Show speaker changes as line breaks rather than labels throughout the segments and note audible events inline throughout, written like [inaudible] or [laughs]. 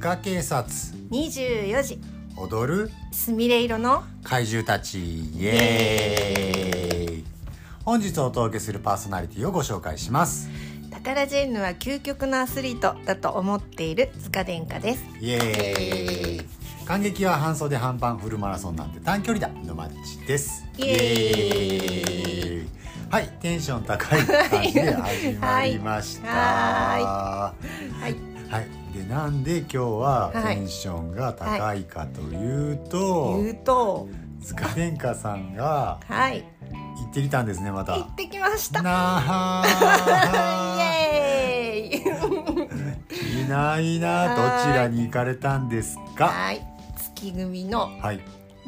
赤警察
24時
踊る
すみれ色の
怪獣たちイエーイ本日お届けするパーソナリティをご紹介します
タカラジェンヌは究極のアスリートだと思っている塚殿下です
イエーイ感激は半袖半パンフルマラソンなんて短距離だのマッチです
イエー
イはいテンション高い感じで始まりました
ははい
はい、でなんで今日は
は
テ
い
ンションが高いかというと、
言うと
塚殿下さんが
はい
行ってきたんですねま
行
た
っ。てきました
なあ
イエーイ
いないな
は
ど
い
ちらに行かれたんですか
はい月組の
はい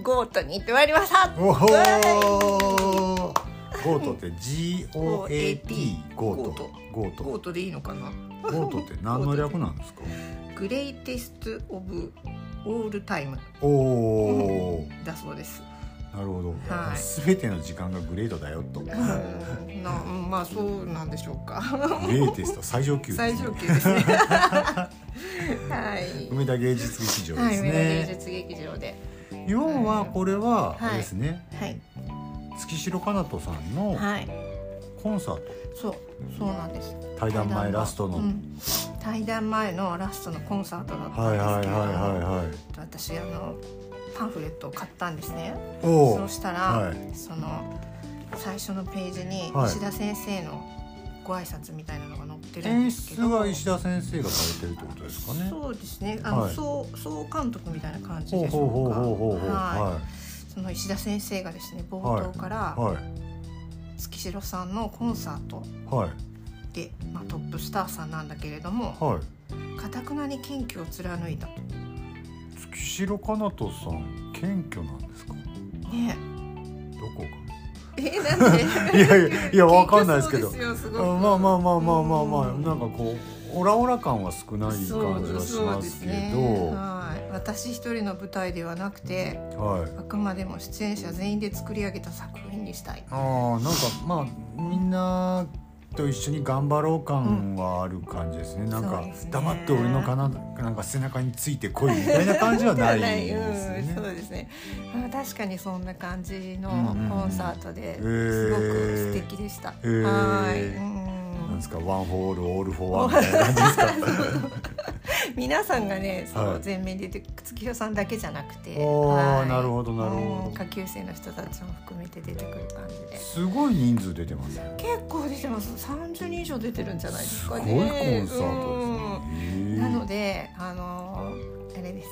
ゴートに行ってまいりました
おほ
は
ー
い
ゴートって GOAT ゴートゴー
ゴー
ト
トでいいのかな
ゴートって何の略なんですか
グレイテストオブオールタイム
おおー
だそうです
なるほど
はい
すべての時間がグレートだよとグ
うーんなまあそうなんでしょうか
レーテスト最上級ですね
最上級で
[laughs]
すね。はい。
梅田芸術劇場
は
で
い、
す
梅田芸
ね
術劇場で。
要はこれは
はい
あれですね
はい。
月城かなとさんの
はい。
コンサート
そう、そうなんです。
対談前ラストの
う
はい
ん対談前のラストのコンサートだったん
はい
です
はい
けど、
はいはい
私あのパンフレットを買ったんですね。
お
そう
う
したら、
はい
その最初のページに
はい
石田先生のご挨拶みたいなのが載ってるん
演
ですけ
出
ど。
は石田先生がされてるってことですかね
そうですね。あの、
はい
総総監督みたいな感じ
ほう
でし
ほう
ょ
ほう
うか。
ほうほうほう
はい。
は
その石田先生がですね冒頭から、
いはい
月城さんのコンサート
はい
で、まあ、トップスターさんなんだけれども
はい
かたくなに謙虚を貫いたと
月城かなとさん謙虚なんですか
ね
どこ
ええなんで
か [laughs] いやいやいやわかんないですけど
謙虚そうですよすごく
あまあまあまあまあまあまあ
うん
なんかこうオラオラ感は少ない感じはし
そう
ま
ですす
け
ね
ど
はい、私一人の舞台ではなくて
はい
あくまでも出演者全員で作り上げた作品にしたい
ああなんかまあみんなと一緒に頑張ろう感はある感じですね、なんか、
そうですね
黙って俺のかななんか背中についてこいみたいな感じはないで
です
すね
うん、そうですね、まあ、確かにそんな感じのコンサートで
うんうんうん
すごく素敵でした、
へー
はい、う
なん
ん
ですかワン・フォールオール・フォーワンみたいな感じですか
皆さんがね、そ
は
の
い
前面で出て月代さんだけじゃなくて、
おー
はい
なるほどなるほど
うん下級生の人たちも含めて出てくる感じです
ごい人数出てますね
結構出てます30人以上出てるんじゃないです
す
か
ごい
ね
コンサートです
う
ね
ん、なの
で
であのーあれです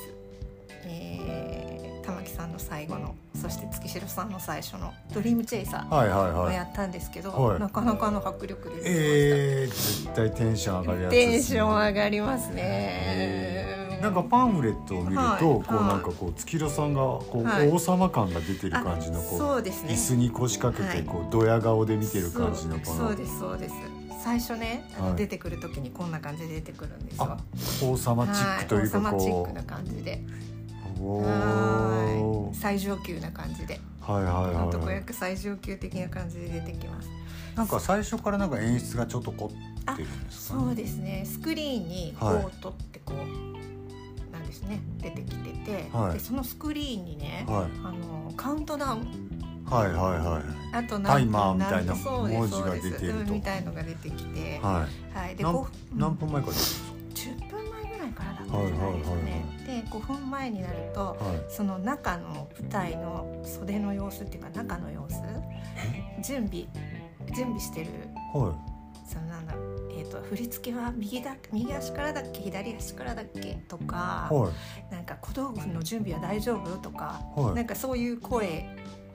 えー玉木さんの最後のそして月城さんの最初の「ドリームチェイサー」
はいはい
を
はい
やったんですけど、
はい
なかなかの迫力で見てました、
えー、絶対テンション上がるやつです、ね、
テンション上がりますね
えーなんかパンフレットを見ると、
はい
こう
はい
なんかこう月色さんがこう、
はい
王様感が出てる感じのこう
あそうですね
椅子に腰掛け
は
て
い
こうドヤ顔で見てる感じのこ
そうそう
の
ですそうです最初ねあ
は
の
い
出てくる時にこんな感じで出てくるんですよ、
あ王様チックというか
はい王様チッ
こ
クな感じで
うおー
はい最上級な感じで
はいはい
なん
は
と
い
子
はい
役最上級的な感じで出てきます
なんか最初からなんか演出がちょっと凝ってるんですか
そう
ね
ですねスクリーンに「ゴ
はい
ート」ってこう、なんですね出てきてて、
はい
でそのスクリーンにね、
はい
あのカウントダウン
はいはいはい
あとなん
タイマーみたいなん
とそうです
文字が出てると
そうですうんみたいのが出てきて、は、
はいい
で
なん
こう
何分前からです
10分前ぐらいからだったんじゃないですかね。で5分前になると
か、はい、
その中の舞台の袖の様子っていうか中の様子準備準備してる
はい、
そのなんだろうえー、と振り付けは右だ右足からだっけ左足からだっけとか、
はい、
なんか小道具の準備は大丈夫とか、
はい
なんかそういう声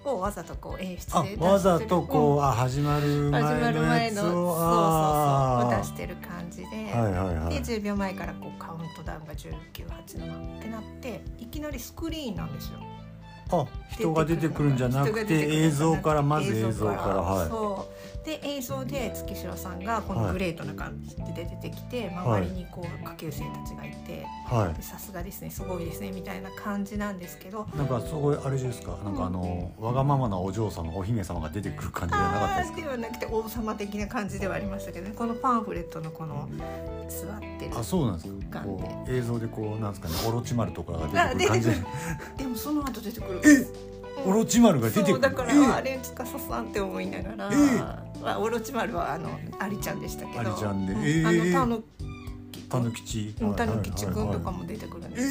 をわざとこう演出
あ
で出してる
わざとこう、
うん
あ始まる
始ま
前
る
のや
前の
つ
そうそうそう
を
を
あ
出してる感じで、
ーはいはいはい
で10秒前からこうカウントダウンが1 9 8 7ってなっていきなりスクリーンなんですよ。
あ人が出てくるんじゃなく
人が
て
出くるんじゃな
映像からまず映像からは
そうで映像で月城さんがこ
は
の
い
グレートな感じで出てき
は
て、
い
周りにこう下級生たちがいて
いは
でさすがですねすごいですねみたいな感じなんですけど
いなんかすごいあれですかなんかあの、わがままなお嬢様お姫様が出てくる感じじゃなかった
あ
です
ー
か
ではなくて王様的な感じではありましたけどねこのパンフレットのこの座ってる
あそうなんですか
ガンで
こう映像でこうなんですかねオロチマルとかが出てくる感じ
[laughs] あ出てでもその後出てくるん
え
す
オロチマルが出てく
そ
る
うだか
え
らあれ司さんって思いながら、
え
まあ、オロチマルはあのアリちゃんでしたけど
アリちゃんで
う
ええ
あのタヌ
たぬきち
うんたぬきちくんとか
はいはいはい
も出てくるんですよ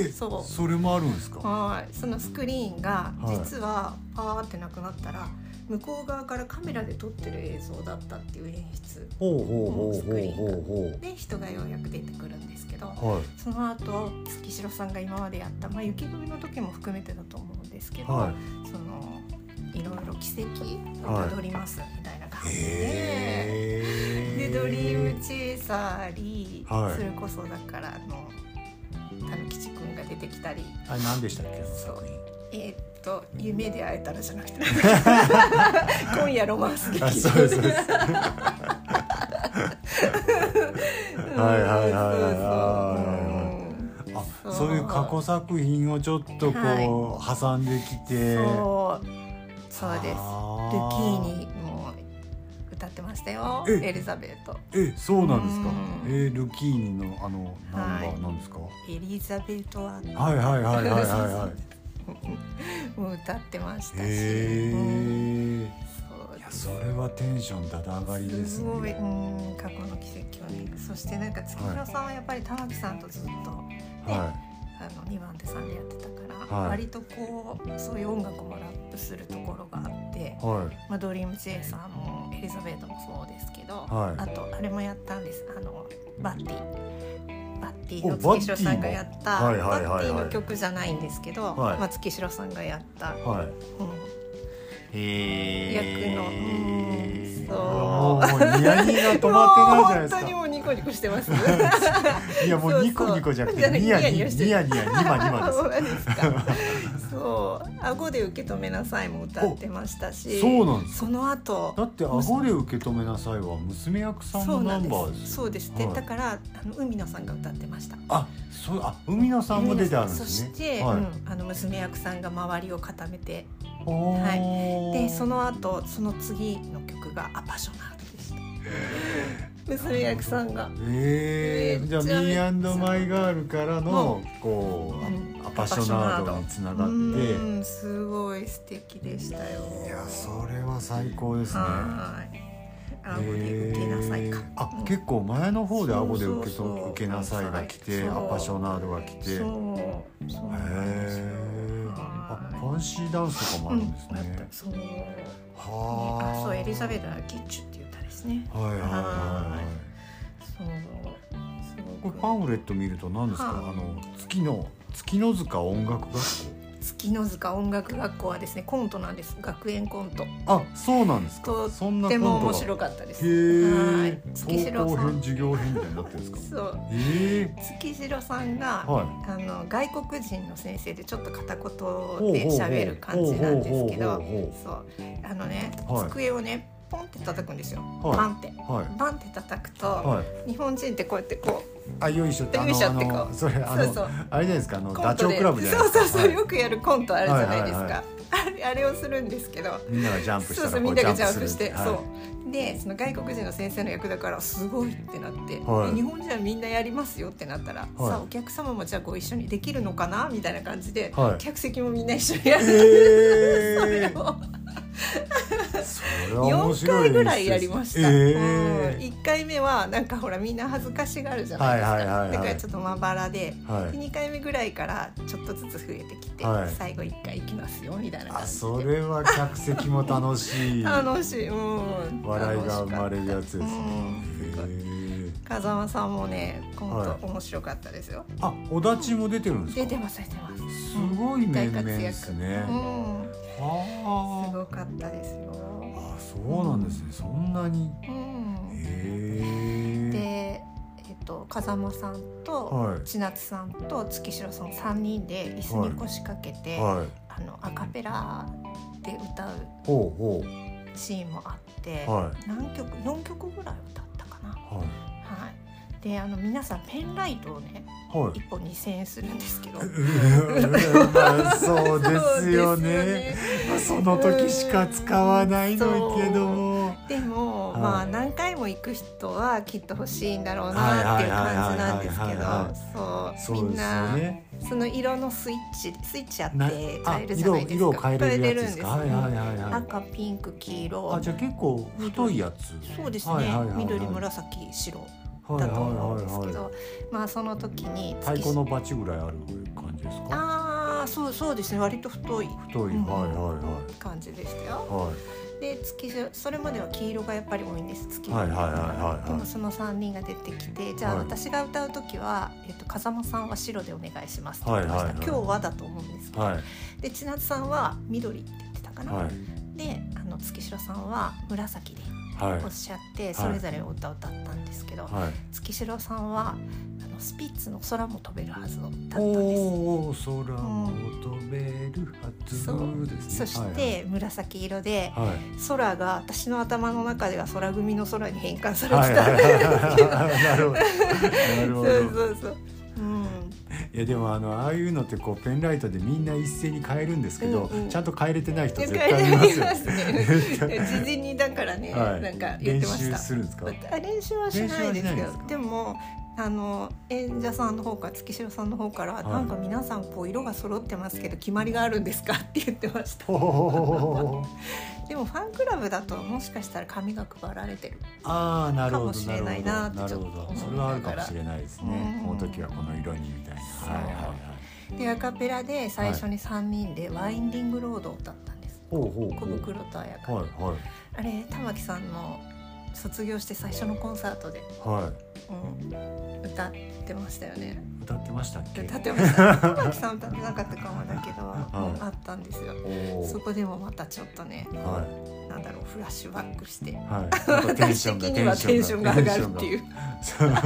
ええ
そ
それもあるんです
う
か
はいそのスクリーンが
はい
実はパーってなくなったら向こう側からカメラで撮ってる映像だったっていう演出
ほうほうほうほうほう
で人がようやく出てくるんですけど
ほうはい
その後月城さんが今までやった、まあ、雪組の時も含めてだと思うんですけど、
はい
そのいろいろ奇跡をたどりますみたいな感じで。で
へ
ドリームチェイサーあり、
はい
それこそだからあのたぬきちくんが出てきたり
あれ何でしたっけあの作品
えーっと「夢で会えたら」じゃな
[laughs]
くて今夜ロマンス劇
あそう
[laughs]
ですそうです
うん
はいはいはいはいはい
そう
あ
そう
そういう過去作品をちょっとこう挟んできて
そうそうです
あ
ルキーニも歌ってましたよ
え
エリザベート
えそうなんですか
うん
えールキーニのあのナンバーなんですか
エリザベートは
はいはいはいはいはいはい
もう歌ってましたし、
へ
うん
え
そう
いやそれはテンションだだ上がりです
すごい、
ね
うん、過去の奇跡をねそしてなんか月村さんはやっぱり玉木さんとずっと、
は
あの2番手さんでやってたから、
はい
割とこうそういう音楽もラップするところがあって
い、はい
まあ、ドリームチェイサーもエリザベートもそうですけど、
はい
あとあれもやったんですあのバッティバッティ
お
の
バッティも
月城さんがやった
はいはいはいはい
バッティの曲じゃないんですけど、
はい
まあ、月城さんがやった、
はい
うん
へ
役の
ー
うんそう
もうニヤニヤが止まってないじゃない
もう本当に
で
もうニコニコしてます。
すかいやもうニコニコじゃなくて
そうそう
ニヤニヤ
ニヤニヤしてる
ニヤニヤニマニマ
そう
で
なんですか。そう、顎で受け止めなさいも歌ってましたし。
すそうなんです
その後
だ。って顎で受け止めなさいは娘役さん
そ
の
う
ナ
なん
ンバー
で。
ですす
そうです。で、
はい
だから、あの海野さんが歌ってました。
あそうあ海野さんも出てあるんで
そ
す
し
ね
て、
は
うんあの娘役さんが周りを固めて、
い、おー
で、その後、その次の曲がアパショナートでした。娘役さんが。
えー、じゃあ「ミ
めっちゃ
ーマイガール」からのこう、
うん
アパショナードにつながって、
うん、すごい素敵でしたよ。
いやそれは最高ですね。
はい。あごで受けなさいか。
えーあ、
うん
結構前の方で顎で受けと
そうそうそう
受けなさいが来て、
そう
アパショナードが来て、へ
そう。そうなんですよ
え。あ、ファ
は
ンシーダンスとかもあ
い
るんです
うんあ
ね
った。そう。
は
あ、
あ。
そうエリザベータキッチュっていう歌ですね。
はいはいはいはい
は。そう。す
こ
ご
れパン
く
フレット見ると何ですか？
は
あの月の月の塚音楽学校。
月の塚音楽学校はですねコントなんです学園コント
あ、そうなんです
と
か。そんなコ
とて
ン
も
ト
面
が。
白かったです
へ
は
え
い。
登
月城
校
さ
編
ん
授業編みたいになってるんですか？
[laughs] そう
え
月城さんが
え。は
あの外国人の先生でちょっと片言
ほうほう
で喋る感じなんですけ
ほう
ど
ほうほうほ
そうあのね、
はい
机をねポンって叩くんですよ、
はい
バンって
いはい
バンって叩くと、
はい。
日本人ってこうやってこう
あ、よいしょって、あ
よいしょって
の、あの、
こう
それ、あ
そうそ
のあ
う、
れじゃないですか、あの、
コ
ダ
ン
チョ
ト
ウ
で
クラブじゃない
そう
ですか。
そうそう、
はい
よくやるコントあるじゃない
は
ですか、
いはいは
あれあれをするんですけど
みんながジャンプし
そ
た
うそ
ら、
う
こ
みん
うジ
な
ャ
が
ン
ジ
プ
ャンプし
する
て、
はい
そうでその外国人の先生の役だからすごいってなって、
はい
で日本人はみんなやりますよってなったら、さあお客様もじゃあご一緒にできるのかなみたいな感じで、
はい
客席もみんな一緒にやる、それ
え
を
え。それは面
4
白い演出で
回
す。
ぐらいやりました、う
え
ん、
え。
1回目はなんかほらみんな恥ずかしがるじゃないですか、
はいはいはいはい
だからちょっとまばらで,、
は
で
い。
2回目ぐらいからちょっとずつ増えてきて、
はい
最後1回行きますよみたいな感
あ、
じ
そ
で
れは客席も楽しい。
[laughs]
笑
楽しい、うん、
いが生まれるやつですね
うんすごい。
へえ
風間さんもねコン
は
ト面白かったですよ、
あ、おだちも出てるんです
出
か。
てます出てます
すごい面
大
々
活躍
ですね。
うん
は
すごかったですよ、
あ。あ、そうなんですね。そんなに。
うんで
ええ。
えっと風間さんと
はい
千夏さんと月城さん3人で椅子に腰掛けて、
は
あのアカペラで歌う
ほうほう
シーンもあって、
は
何曲4曲ぐらい歌ったかな。
はい
はい、であの皆さんペンライトをね
はい
[laughs] 1本2,000円するんですけど。
まあそうですよ
そう
ね
で。
まあその時しか使わないのけども。
でも、
はい
まあ何回も行く人はきっと欲しいんだろうなっていう感じなんです
はい
け
はいはいはいはい
どそう
そう
み
です
ん
よ
な
ね。
その色のスイッチスイッチあって
なあ
変えるじゃ
色
ないですか
色を変えれるやつで
んです
すか。はいはいはいは
赤ピンク
い。
黄
あ
色
じゃあ結構太いやつ。
そうですね、
はいはいはいはい
緑紫白
はいは
だ
い
と思うんですけ
は
ど、
いは
まあその時
い。
に月
太鼓のバチぐらいある感じですか。
ああそうそうですね割と太い
太いはいはい
うん
は
感じでしたよ
いはい。
で月じそれまでは黄色がやっぱり多いんです月
はいはいはいはいはい
でもその3人が出てきてじゃあ
はい
私が歌う時は、えっと、風間さんは白でお願いしますって
は
言
い
いました、
はいはい
今日はだと思うんですけど、
はい
で千夏さんは緑って言ってたかな、
はい
であの月城さんは紫で
はい
おっしゃってそれぞれお歌を歌ったんですけど、
はい。
月城さんはあのスピッツの「空も飛べるはず」を歌ったんです。
おおー空を飛べるはずです
そ
ね。
し
はい
て紫色で、
はい。はい
空が私の頭の中では空組の空に変換され
はい
て
は
た
い
ん
はい
ですけど
はい [laughs] なるほど。なるほど。
そうそうそう。うん。
いやでもあのああいうのってこうペンライトでみんな一斉に変えるんですけど、
うんうん
ちゃんと変えれてない人
で
絶
変
対い
え
ます
てみ
よ
ま
ね。
すね。
絶
事
対
[laughs] 前にだからね、 [laughs] なんか言っ
練
てまし
習
た。
するんですか。
あ練習はしないです
練習はしないん
け
で
ど
すか
でもあの演者さんの方から月城さんの方から、
い
なんか皆さんこう色が揃ってますけど決まりがあるんですかって言って
[laughs]
ました
ほほほほほほ
でもファンクラブだともしかしたら紙が配られてる
ああなるほど
かもし
な
れ
るほ
ない
ど
な
な
って
る
ちょっと
ほ
思
ど
いな
それは
がら
あるかもしれないですね。
うん
この時はこの色にみたいな。
そう
はいはいはい。
でアカペラで最初に3人で「ワインディングロード」を歌ったんです、
ほうほうほ
小
う。
袋と綾香、
はいは
あれ玉木さんの卒業して最初のコンサートで、
いは
うん、歌ってましたよね
[laughs] い。歌ってましたっけ。
歌ってました玉木さん歌ってなかったかもだけ
[laughs]
ど、
はい
あったんですよ
おお
そこでもまたちょっとね
ー。はい
なんだろうフラッシュバックして
はい。なんかテンシ
[laughs] 私
ョン
的
が。
にはテンションが上がるっていうう
テンションが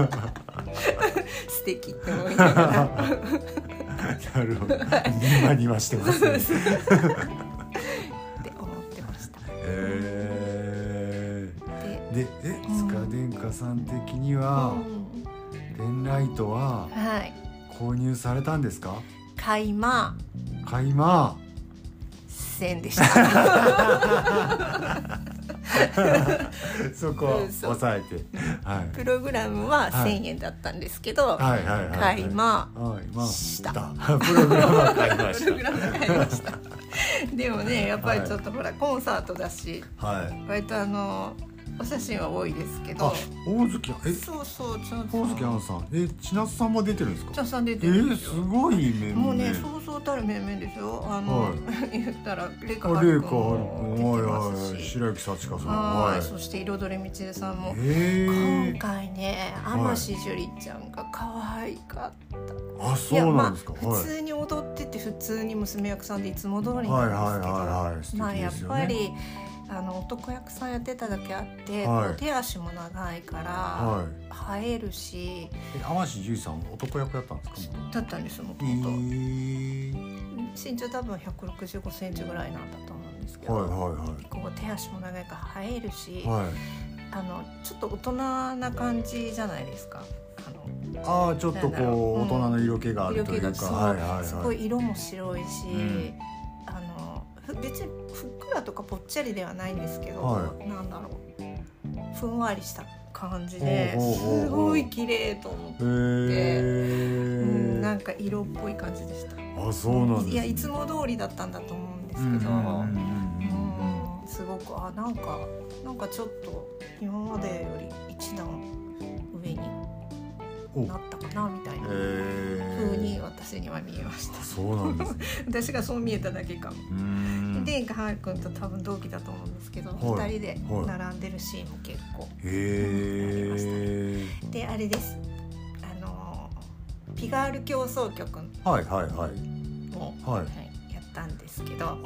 素敵って思いながら
なるほど。ニマニマしてますね。
って思ってま
[laughs]
した
えー、
で、
でえ塚殿下さん的には、
うん
ペンライトは
はい
購入されたんですか
買いま
買いま
せん
[laughs]
でした。
そこは
うんそう
抑えて、はい、
プログラムは
はい
1000円だったんですけど、
はいはいはいはい
買いま
はいまあ
した
プログラムは買いま
プ
し
ログラム買いま
[laughs]
した。でもね、やっぱりちょっとほら、コンサートだし、
たはい
割とあのお写真は多いですけ
あ
ど、
大月え
そうそう、ちょっと
大月アンさんえ千夏さんも出てるんです
ちゃ
か
んさん出
え
てるんで
ー、
す
す
よ。
ごい面々
もうね、そうそうたる面々ですよ。あの、
は
[laughs] 言ったらレカ
あ
ハ
れ
ル
か
君
はい
も出て
は
ま
い
すし、
白雪幸香さん
は
はい
い、そして彩り道枝さんも
え
今
ー、
回ね、
い
天志樹里ちゃんが可愛かった。
あ
い
そ
や
う
ま
な
あ
んですか、
普通に踊ってて普通に娘役さんでいつも通り
はい
な
はいはい
ん
はい
で
素敵
すけどまあやっ
ですよね
ぱりあの男役さんやってただけあって、
はい
こう手足も長いか
はい、はい
ら、生えるし
え天橋樹さん男役やったんですかも
だったんですよもと
ともと
もと身長多分165センチぐらいなんだと思うんですけど、
はいはい
こう手足も長いから生えるし、
はいはい
あのちょっと大人な感じじゃないですか。あの
ああちょっと
なんだろ
こ
う
う大
うん
人の色気があるとい
色気
うか、
がそう
はいはいはい
すごい色も白いし、
うん
あのふ別にふっくらとかぽっちゃりではないんですけど、
は
なんだろうふんわりした感じで
ほうほうほうほう
すごい綺麗と思って、
へ
うん、な
え
んか色っぽい感じでした。
あそうなんですね
いやいつも通りだったんだと思うんです
うんうん
けど、うん
うんうん
すごくあなんかなんかちょっと今までより一段上に
うんお
なったかなみたいな風に
へえ
私には見えました。
そうなんですね
私がそう見えただけかも、
うーんへ
でガハル君と多分同期だと思うんですけど、二
はい
人で並んでるシーンも結構
え
であれですあのーピガール競争曲
はいはいはい
も、
はい
はいやったんですけど
あ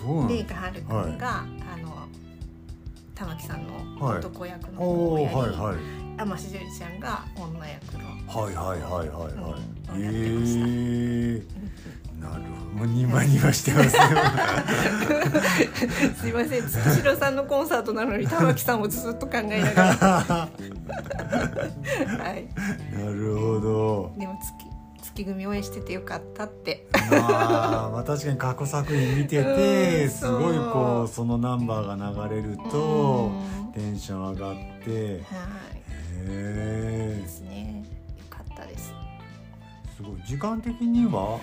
そうなん
で
で
ガハル君が、あの玉木さんの男役の
おお
親に、
ーはいはい
天志純ちゃんが女役の
はいはいはいはいはい。
うん
え
やってました
えなるほど。もうニマニマしてます
[laughs]
よ。
[laughs] すいません月城さんのコンサートなのに玉木さんをずっと考え
[laughs]
な
な
がら、はい、
るほど。
でも月月組応援しててよかったって
まあ、まあ確かに過去作品見てて、
うん
すごいこ
そう
うそのナンバーが流れると
うん
テンション上がって。へ
はい
え
ですねよかったです
すごい時間的には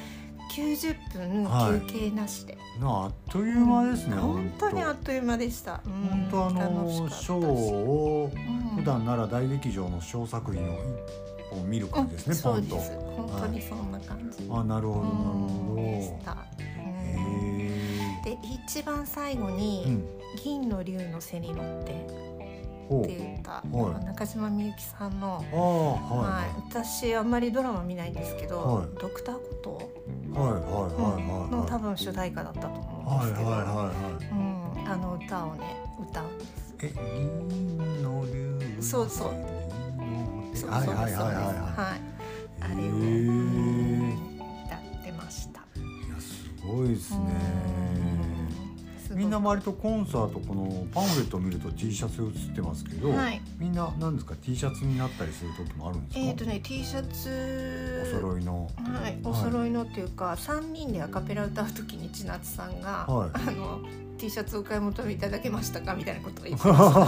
90分
はい
休憩なしで、
なああっという間ですね。
本当にあっ
本
という間でしたうん
当本当あ
楽しか
の
ったし
ショーを
うん
普段なら大劇場の小作品を一本見る感じですね、
うん
ポンと
そうです本当にそんな感じ、
あなるほどな
うんで
る
し
ほど
た、
へ
うん
え
で一番最後
う
に
ん
「銀の竜の背に乗って」
ほ
っていう歌、
はい
中島みゆきさんの、
うああは
はい私あんまりドラマ見ないんですけど「
はい
ドクターコ
いはいはい
トー」
はいはい
の
はい
多分主題歌だったと思うん
はい
ですけど、
はいはいはい
うん、あの歌をね歌う
え銀の竜
そうそう
そうはいはいはいはいは
は
い
いあれ
へ
を
え
うん歌ってました。
いやすごいですね
うんすごい
みんな割とコンサートこのパンフレットを見ると T シャツ写ってますけど、
はい
みんな何ですか T シャツになったりする時もあるんですか、
えっ、とね T シャツ
お揃いの
はい、お揃いのっていうか、三3人でアカペラ歌う時に千夏さんが「
はい
あの T シャツお買い求めいただけましたか?」みたいなことを言っ
[laughs]
てました
あ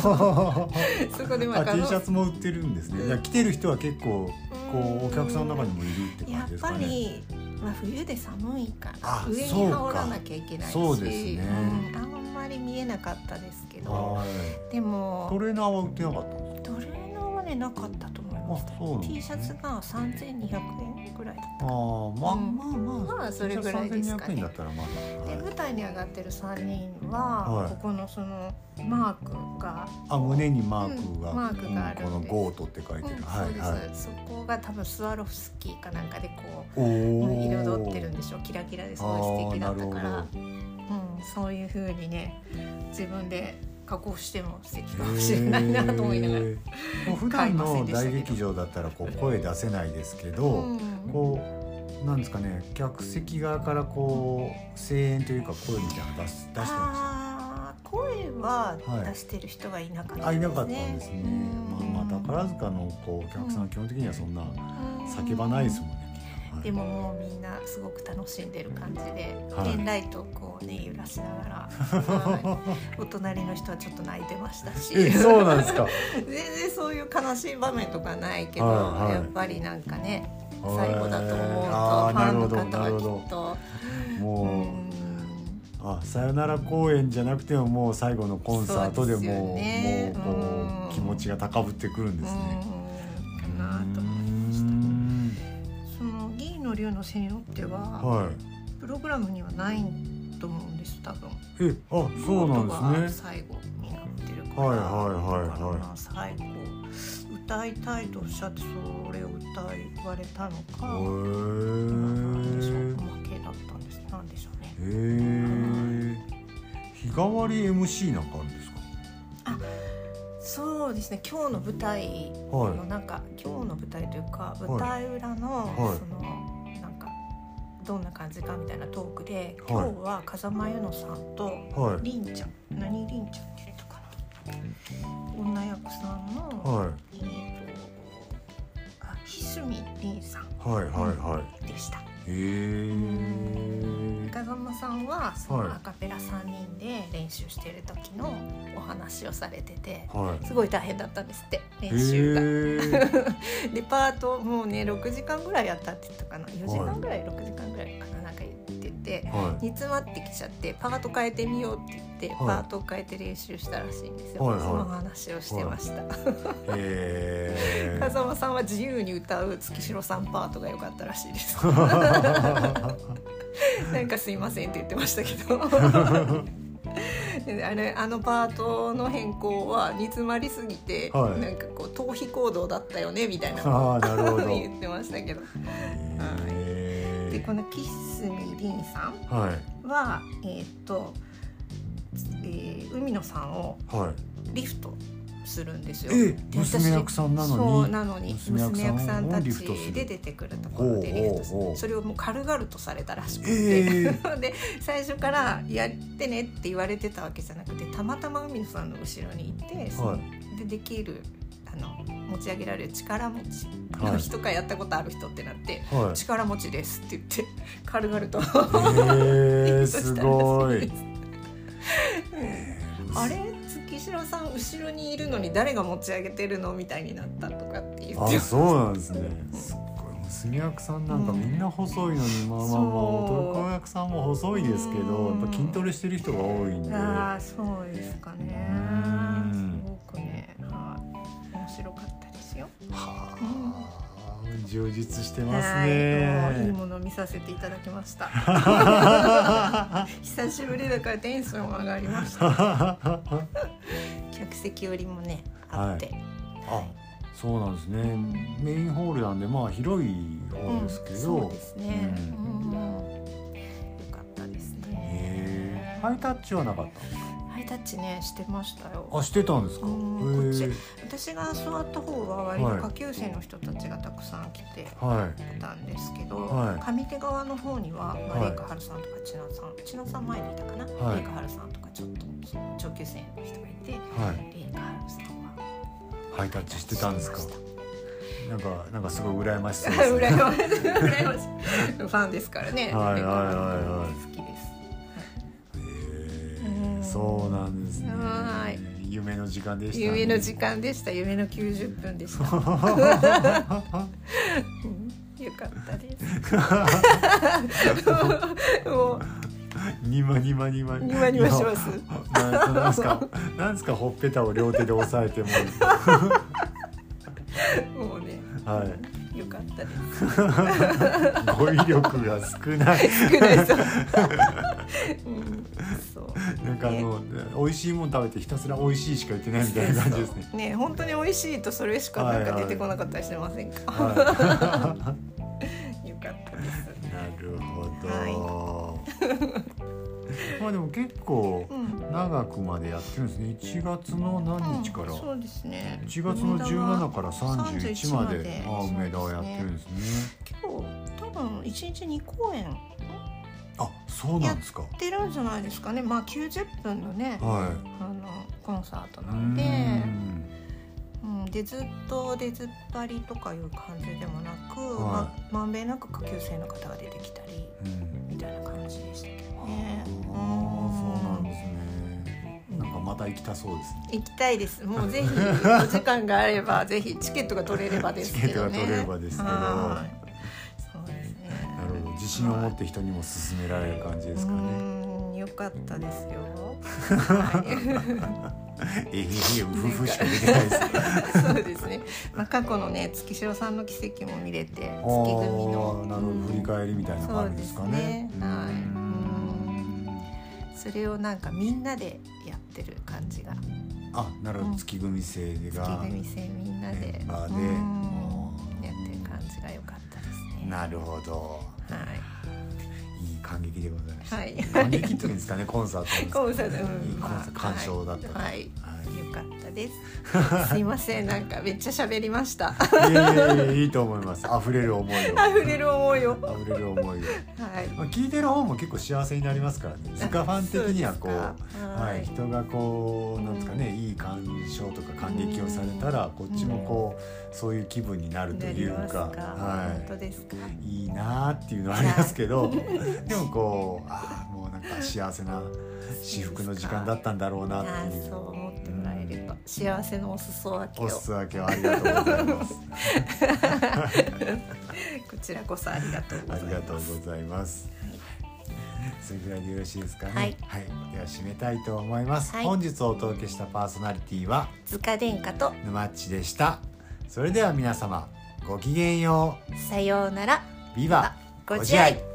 そこでま
T シャツも売ってるんですねいや着てる人は結構こうお客さんの中にもいるって
や
感じ
っ
です
ぱ
かね
り、まあ、冬で寒いから
あ
上に
そうか
羽織らなきゃいけないし
そうですね
うんあんまり見えなかったですけど
はい
で
ト
も
レーナーは売ってなかったんです
トレーナーはねなかったと思います
あそうなんですね
T シャツが3200円ぐらいだった
あーまあ、
うん
まあまあ
まあそれぐらいですかね
3200円だったらまあ、
で
はい、
舞台に上がってる3人は、
はい
ここのそのマークが、
あ胸にマークが,、
うんマークがあるんで
このゴートって書いて
うん
る、
そ
は
う
い
です、
はい
そこが多分スワロフスキーかなんかでこ
お
う
お
彩ってるんでしょうキラキラですごい素敵だったから、うん、そういう風にね自分で加工しても素敵かもしれないなと思いながら。
へーもう普段の大劇場だったらこう声出せないですけど、
うん
こうなんですかね客席側からこう声援というか声みたいなの出す出してました
あー声は
はい
出してる人はいなかった
あい
で
な
すね。
かったんですね、
うん
まあ、まあ宝塚のこうお客さんは基本的にはそんな叫ばないですもんね、みんなはい
でももうみんなすごく楽しんでる感じで、
はい
ペンライトをこうね揺らしながら、
[laughs]
はいお隣の人はちょっと泣いてましたし
えそうなんですか
全然そういう悲しい場面とかないけど、
はいはい
やっぱりなんかね [laughs] 最後だと思うとフ
あーな
ァ
る
ン
ほ
の
どな
方
るほ
はきっ
ど
とう
もう、
ん
あさよなら公演じゃなくてももう最後のコンサートでもう
そうですよね
もうこ
うん
う気持ちが高ぶってくるんですね。
うんかなと思いました。その銀の竜の専用っては、
は
プログラムにはないと思うんです多分。
い。え、あ、そうなんですね。
最後になってるから、
はいはいはいはい
だからまあ最後歌いたいとおっしゃってそれを歌い言われたの
へ
か、なんでしょう
ー
おまけだったんですなんでしょうね
へー日替わり MC なんかあるんですか。
そうですね今日の舞台
はい
のなんか、今日の舞台というか
い
舞台裏の、
はい
そのなんかどんな感じかみたいなトークで、
はい
今日は風間由乃さんと
はい
凛ちゃん何凛ちゃんって言ったかな女役さんの、
は
えーとあひすみりんさん
いはいはいは
でした
い。へ
[laughs]
ー
中間さんはそ
はい
のアカペラ3人で練習してる時のお話をされてて
はい。
すごい大変だったんですって
へ
練習が
ー
でパートもうね6時間ぐらいやったって言ったかな4時間ぐらい6時間ぐらいかななんか言ってて
はい
煮詰まってきちゃってパート変えてみようって言ってパ
はい
ートを変えて練習したらしいんですよ
はいはい
そのお話をしてました
へー
風間さんは自由に歌う月城さんパートが良かったらしいです [laughs] なんかすいませんって言ってましたけど
[laughs]
であれあのパートの変更は煮詰まりすぎて、
はい
なんかこう逃避行動だったよねみたいな
ああなるほど。
言ってましたけど
へ
で
ー
このキスミリンさん
はい
はえーっと、えー海野さんを
はい
リフトするんですよ。
え
私
娘役さんなのに
そうなのに
娘
娘
役
役
さんを
さんた
リフトす
ち
る
で出てくるところでリフトす
ほうほうほ
る
う
それをもう軽々とされたらしくて、
え
[laughs] で最初から「やってね」って言われてたわけじゃなくてたまたま海野さんの後ろにいて、その
はい
でできるあの持ち上げられる力持ち
は
の
い
人かやったことある人ってなって「
はい
力持ちです」って言って [laughs] 軽々と
え
リ
ー、
フト
す
したらしいです
ごい。
[laughs] あれ月城さん後ろにいるのに誰が持ち上げてるのみたいになったとかって言って
あ、そうなんですね。すっごい。娘役さんなんかみんな細いのに、まあまあまあ
そう
男役さんも細いですけど、
うん
やっぱ筋トレしてる人が多いんで。
ああそうですかね
うん
すごくねはい面白かったですよ
はあ、充実してますね。
はいもういいものを見させていただきました
[laughs]
久しぶりだからテンション上がりました客席よりもねあって、
[laughs] あ、そうなんですね。メインホールなんでまあ広い方ですけど。
うんそうですね、
うん
うんよかったです
へ
ね
えハイタッチはなかったんですか。
ハイタッチねしてましたよ
あ、してたんですか。
うんこっち
へえ
私が座った方は割と
はい
下級生の人たちがたくさん来て
はい。
たんですけど、
はい
上手側の方には、まあ、
はい
レイカハルさんとか千奈さん千奈さん前にいたかな、
はい
レイカハルさんとかちょっとその上級生の人がいてレ
はい。
イカハルさんは
ハイタッチしてたんですか。なんか、なんかすごい羨ましそう
[laughs]
です、
う
ね。
らやましい羨ましいファンですから
は
ね
いはいはいはい
レイカハルさん好きです
へ
う
え
ん
そうなんですね
は。
夢の時間でした、
夢の時。間でした夢の90分でしたうんよかっ
[laughs]
たですもう
[laughs] にまにまにま。
にわにわします
いや。 [laughs] なんなんですか。なんですか、ほっぺたを両手で押さえても。
もうね、
はい。
良かったで
語彙力が少ない。
す。少ないそう。うん、そう。
なんかあの、美味しいもの食べて、ひたすら美味しいしか言ってないみたいな感じですね。
ね、本当に美味しいとそれしかなんか出てこなかったりしてませんか。
は
良かったです。
い。なるほど。まあ、でも、結構。
うん。
長くまでやってるんですね1月の何日から、
うんそうですね。
1月の17から31
31
ま
ま
で
で
あ梅田をやってるんですね
今日多分一日二公演や
あそうなんですか
ってるんじゃないですかね。まあ90分のね、
はい
あのコンサート
うー
なんで。
ん
うん、でずっと出ずっぱりとかいう感じでもなく、
は
ままんべんなく下級生の方が出てきたり
うん
みたいな感じでしたけど
あ
ね。
ー
うん
そうなんですねなんかまた行きたそうですね
行きた
[laughs]
いです。もうぜひお時間があればぜひチケットが取れればですけどね。
チケットが取れればですけど
はいそうですね。
なるほど自信を持って人にも勧められる感じですかね
うん、よかったです
[laughs]
よ。はい
えへへ夫婦しか出てないです
[laughs]
ね
そうですね。まあ過去のね月城さんの奇跡も見れて月組
あ
の
ーなるほど振り返りみたいな感じですかね
そうですねはいう
ーん
それをなんかみんなでやってる感じが
あなるほ
う
ど
ん
月組制が
月組生みんなで
メンバーで
うん
うん
やってる感じが良かったですね
なるほど
はい
いい感激でございました、
はい
感激っていうんですかねコンサートなんですか
コンサート
いいコンサート
まあ
鑑賞だったと
はい
は
良かったで
[laughs]
すすいませんなんかめっちゃ喋りました [laughs]
い、いやいやいやいいと思います溢れる思いを
溢れる思いをは
溢れる思いを、
い
まあ、聞いてる方も結構幸せになりますからねズカファン的にはこう
そうですか
は、
はいい
人がこうなんですかねいい感傷とか感激をされたらこっちもこうそういう気分になると
な
いう
り
か
ますか本
は
当ですか
い、いいなーっていうのはありますけど [laughs] でもこうああもうなんか幸せな至福の時間だったんだろう
あ
なってい
ー
う
そう思ってもらえると幸せのお裾分けを
お裾分けをありがとうござい
[laughs]
ます
こちらこそありがとうご
あ
ざい
り
ま
が
す
とうございますそれぐらいでよろしいですかね
はい、
では締めたいと思います、
はい
本日お届けしたパーソナリティは
塚殿下と
沼っちでしたそれでは皆様ごきげんよう
さようなら
ビバ
ご自愛